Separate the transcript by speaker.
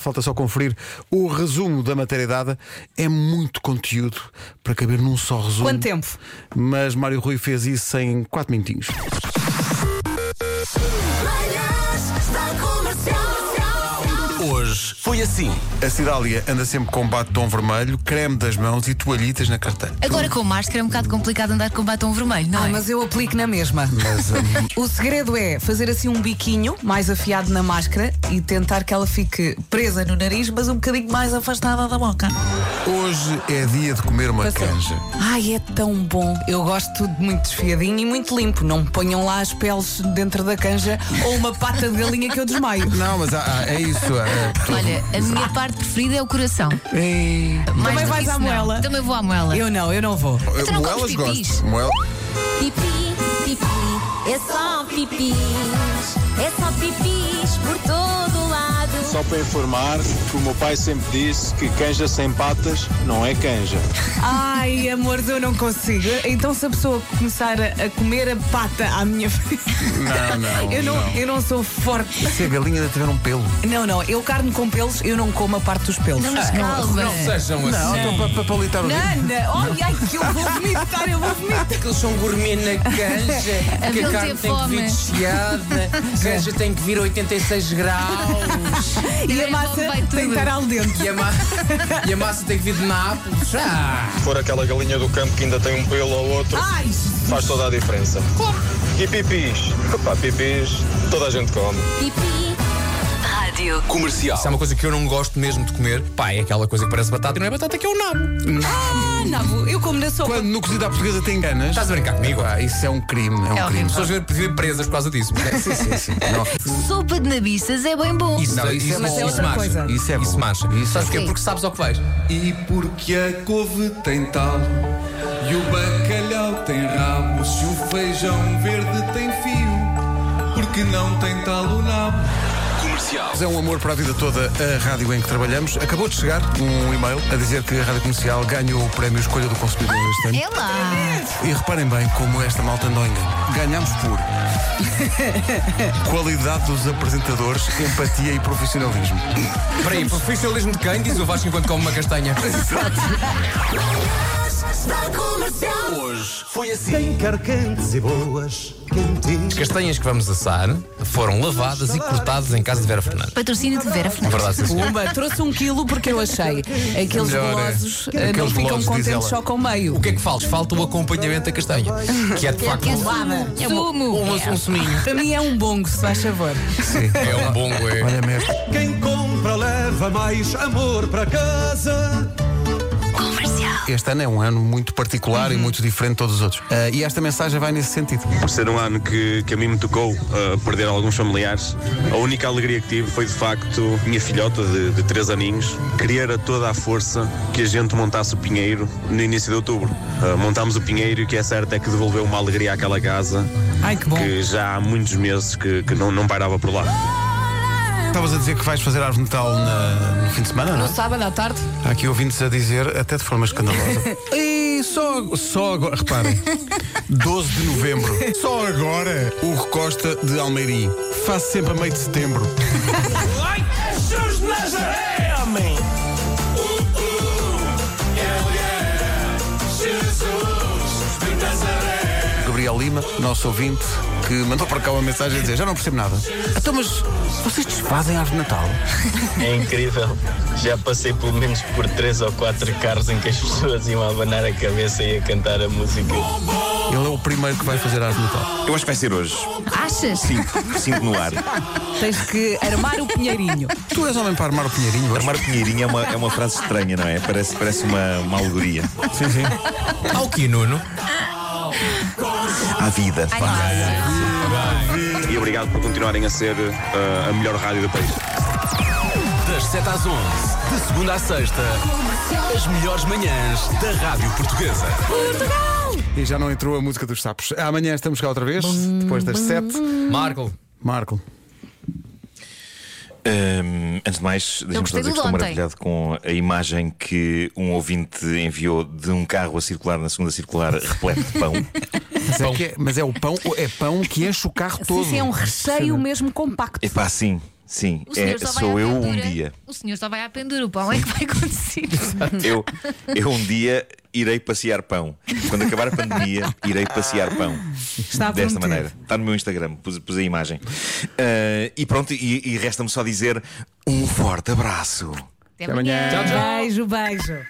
Speaker 1: falta só conferir o resumo da matéria dada. É muito conteúdo para caber num só resumo.
Speaker 2: Quanto tempo?
Speaker 1: Mas Mário Rui fez isso em 4 minutinhos.
Speaker 3: Manhãs da comercial.
Speaker 4: Hoje foi assim.
Speaker 1: A Cidália anda sempre com batom vermelho, creme das mãos e toalhitas na carteira.
Speaker 5: Agora com máscara é um bocado complicado andar com batom vermelho, não
Speaker 2: Ah,
Speaker 5: é?
Speaker 2: mas eu aplico na mesma.
Speaker 1: Mas, hum,
Speaker 2: O segredo é fazer assim um biquinho mais afiado na máscara e tentar que ela fique presa no nariz, mas um bocadinho mais afastada da boca.
Speaker 1: hoje é dia de comer uma
Speaker 2: Passou.
Speaker 1: canja.
Speaker 2: Ai, é tão bom. Eu gosto tudo muito desfiadinho e muito limpo. Não me ponham lá as peles dentro da canja ou uma pata de galinha que eu desmaio.
Speaker 1: Não, mas há- há- é isso. é-
Speaker 5: Olha, a minha parte preferida é o coração.
Speaker 1: Ei,
Speaker 5: Mais
Speaker 2: Também
Speaker 5: do que
Speaker 2: vais
Speaker 5: isso,
Speaker 2: à
Speaker 5: não.
Speaker 2: moela?
Speaker 5: Também vou à moela.
Speaker 2: Eu não, eu não vou.
Speaker 1: eu-
Speaker 5: não comes
Speaker 1: moelas
Speaker 5: pipis?
Speaker 1: gosto. Moel...
Speaker 3: Pipi, pipi, é só pipis. É só pipis por todo lado.
Speaker 6: Só para informar que o meu pai sempre disse que canja sem patas não é canja.
Speaker 2: Ai, amor, eu não consigo. Então se a pessoa começar a, a comer a pata à minha frente,
Speaker 1: Não, não,
Speaker 2: eu, não,
Speaker 1: não.
Speaker 2: eu não sou forte.
Speaker 1: Se a galinha ainda tiver um pelo.
Speaker 2: Não, não, eu carne com pelos, eu não como a parte dos pelos. Ah.
Speaker 5: Não, mas calma.
Speaker 4: Sejam assim.
Speaker 1: Não, estou para palitar o dedo.
Speaker 2: Nada! Olha, ai, que eu vou vomitar, eu vou vomitar.
Speaker 7: Eles são gourmet na canja,
Speaker 5: A
Speaker 7: que
Speaker 5: Bill
Speaker 7: a carne
Speaker 5: teve
Speaker 7: tem que vir
Speaker 5: fome.
Speaker 7: desfiada, a canja tem que vir a 86 graus
Speaker 2: E
Speaker 5: Também
Speaker 2: a massa
Speaker 5: vai
Speaker 2: tem
Speaker 5: tudo.
Speaker 2: que estar al dente.
Speaker 7: e a, ma- e a massa tem que vir de Nápoles. Ah,
Speaker 6: Se for aquela galinha do campo que ainda tem um pelo ou outro,
Speaker 2: Ai,
Speaker 6: faz toda a diferença. E pipis? Epá, pipis, toda a gente come.
Speaker 3: Pipi,
Speaker 4: Comercial.
Speaker 7: se há é uma coisa que eu não gosto mesmo de comer, pá, é aquela coisa que parece batata e não é batata, que é o nabo.
Speaker 2: ah, nabo, eu como na sopa.
Speaker 1: Quando no cozido à portuguesa tem ganas.
Speaker 7: Estás a brincar comigo?
Speaker 1: Pá, isso é um crime, é um
Speaker 5: É
Speaker 1: crime.
Speaker 7: As pessoas vivem presas por causa disso. é-
Speaker 1: Sim, sim, sim. Não.
Speaker 5: Sopa de nabiças é bem bom.
Speaker 7: Isso,
Speaker 1: Não, isso
Speaker 7: isso,
Speaker 1: é bom.
Speaker 7: isso,
Speaker 2: Isso é outra
Speaker 7: marcha.
Speaker 2: coisa.
Speaker 7: Isso é bom. Isso marcha.
Speaker 1: Isso
Speaker 7: Sabes
Speaker 1: é
Speaker 7: porquê?
Speaker 5: bom.
Speaker 7: Porque sabes ao que vais.
Speaker 8: E porque a couve tem tal E o bacalhau tem rabo Se o feijão verde tem fio Porque não tem tal o nabo
Speaker 4: Comercial.
Speaker 1: É um amor para a vida toda a rádio em que trabalhamos. Acabou de chegar um e-mail a dizer que a Rádio Comercial ganhou o prémio Escolha do Consumidor deste ano.
Speaker 5: É lá.
Speaker 1: E reparem bem como esta malta não engana. Ganhamos por qualidade dos apresentadores, empatia e profissionalismo.
Speaker 7: Peraí, profissionalismo de quem? Diz o Vasco enquanto come uma castanha.
Speaker 3: manhãs da comercial.
Speaker 4: Hoje foi assim.
Speaker 9: Tem carcantes e boas
Speaker 7: As
Speaker 9: quentinhas.
Speaker 7: castanhas que vamos assar foram lavadas e cortadas em casa de Vera Fernandes. É
Speaker 5: Patrocínio de Vera Fernandes.
Speaker 7: Verdade, sim, senhora.
Speaker 2: Pumba, trouxe um quilo porque eu achei. Aqueles
Speaker 7: Melhor, é.
Speaker 2: golosos eh, não
Speaker 7: Aqueles
Speaker 2: ficam
Speaker 7: golosos, diz
Speaker 2: contentes
Speaker 7: ela.
Speaker 2: só com meio.
Speaker 7: O que é que falta? Falta o acompanhamento da castanha, que é de facto
Speaker 5: é
Speaker 7: um,
Speaker 5: sumo. É
Speaker 7: um,
Speaker 5: sumo.
Speaker 7: um, um suminho.
Speaker 2: Para mim é um bongo, se faz favor.
Speaker 7: É um bom é.
Speaker 1: Olha mesmo.
Speaker 9: Quem compra leva mais amor para casa.
Speaker 1: Este ano é um ano muito particular e muito diferente de todos os outros. Ah, e esta mensagem vai nesse sentido.
Speaker 6: Por ser um ano que, que a mim me tocou uh, perder alguns familiares, a única alegria que tive foi de facto minha filhota de, de três aninhos querer a toda a força que a gente montasse o Pinheiro no início de outubro. Uh, montámos o Pinheiro e o que é certo é que devolveu uma alegria àquela casa
Speaker 2: Ai, que bom.
Speaker 6: que já há muitos meses que, que não, não parava por lá.
Speaker 1: Estavas a dizer que vais fazer árvore de Natal na- no fim de semana, não é?
Speaker 2: Sábado à tarde?
Speaker 1: Há aqui ouvintes a dizer, até de forma escandalosa. e só, só agora, reparem, 12 de novembro, só agora o Recosta de Almeirim. Faz sempre a meio de setembro. Gabriel Lima, nosso ouvinte, que mandou para cá uma mensagem a dizer: Já não percebo nada. Então, mas vocês desfazem árvore de Natal?
Speaker 10: É incrível. Já passei pelo menos por três ou quatro carros em que as pessoas iam a abanar a cabeça e a cantar a música.
Speaker 1: Ele é o primeiro que vai fazer árvore de Natal.
Speaker 4: Eu acho que vai ser hoje.
Speaker 5: Achas?
Speaker 11: É,
Speaker 4: Cinco, cinco no ar.
Speaker 2: Tens que armar o pinheirinho.
Speaker 1: Tu és homem para armar o Pinheirinho hoje?
Speaker 4: Armar Pinheirinho é uma, é uma frase estranha, não é? Parece, parece uma, uma alegoria.
Speaker 1: Sim, sim.
Speaker 7: Ao que, Nuno?
Speaker 4: À vida.
Speaker 6: E obrigado por continuarem a ser uh, a melhor rádio do país.
Speaker 4: Das 7 às 11, de segunda à sexta, as melhores manhãs da Rádio Portuguesa.
Speaker 1: E já não entrou a música dos sapos. Amanhã estamos cá outra vez, depois das 7.
Speaker 7: Marco,
Speaker 1: Marco.
Speaker 4: Hum, antes de mais, deixa-me só
Speaker 5: gostei
Speaker 4: dizer
Speaker 5: do
Speaker 4: que estou
Speaker 5: de ontem.
Speaker 4: maravilhado com a imagem que um ouvinte enviou de um carro a circular na segunda circular repleto de pão.
Speaker 1: Mas é, que é- mas é o pão, é pão que enche o carro todo.
Speaker 2: um Sim, sim, é um recheio mesmo compacto.
Speaker 4: Epá, sim.
Speaker 11: Sim,
Speaker 5: O
Speaker 11: é,
Speaker 5: senhor só vai
Speaker 11: sou
Speaker 5: à
Speaker 11: eu um
Speaker 5: pendura.
Speaker 11: dia.
Speaker 5: O senhor só vai à pendura, o pão é que vai acontecer.
Speaker 11: Eu, eu um dia irei passear pão. Quando acabar a pandemia, irei passear pão.
Speaker 5: Está a prometer.
Speaker 11: Desta maneira. Está no meu Instagram, pus, pus a imagem. Ah, e pronto, e, e resta-me só dizer um forte abraço.
Speaker 5: Até amanhã.
Speaker 2: Beijo, beijo.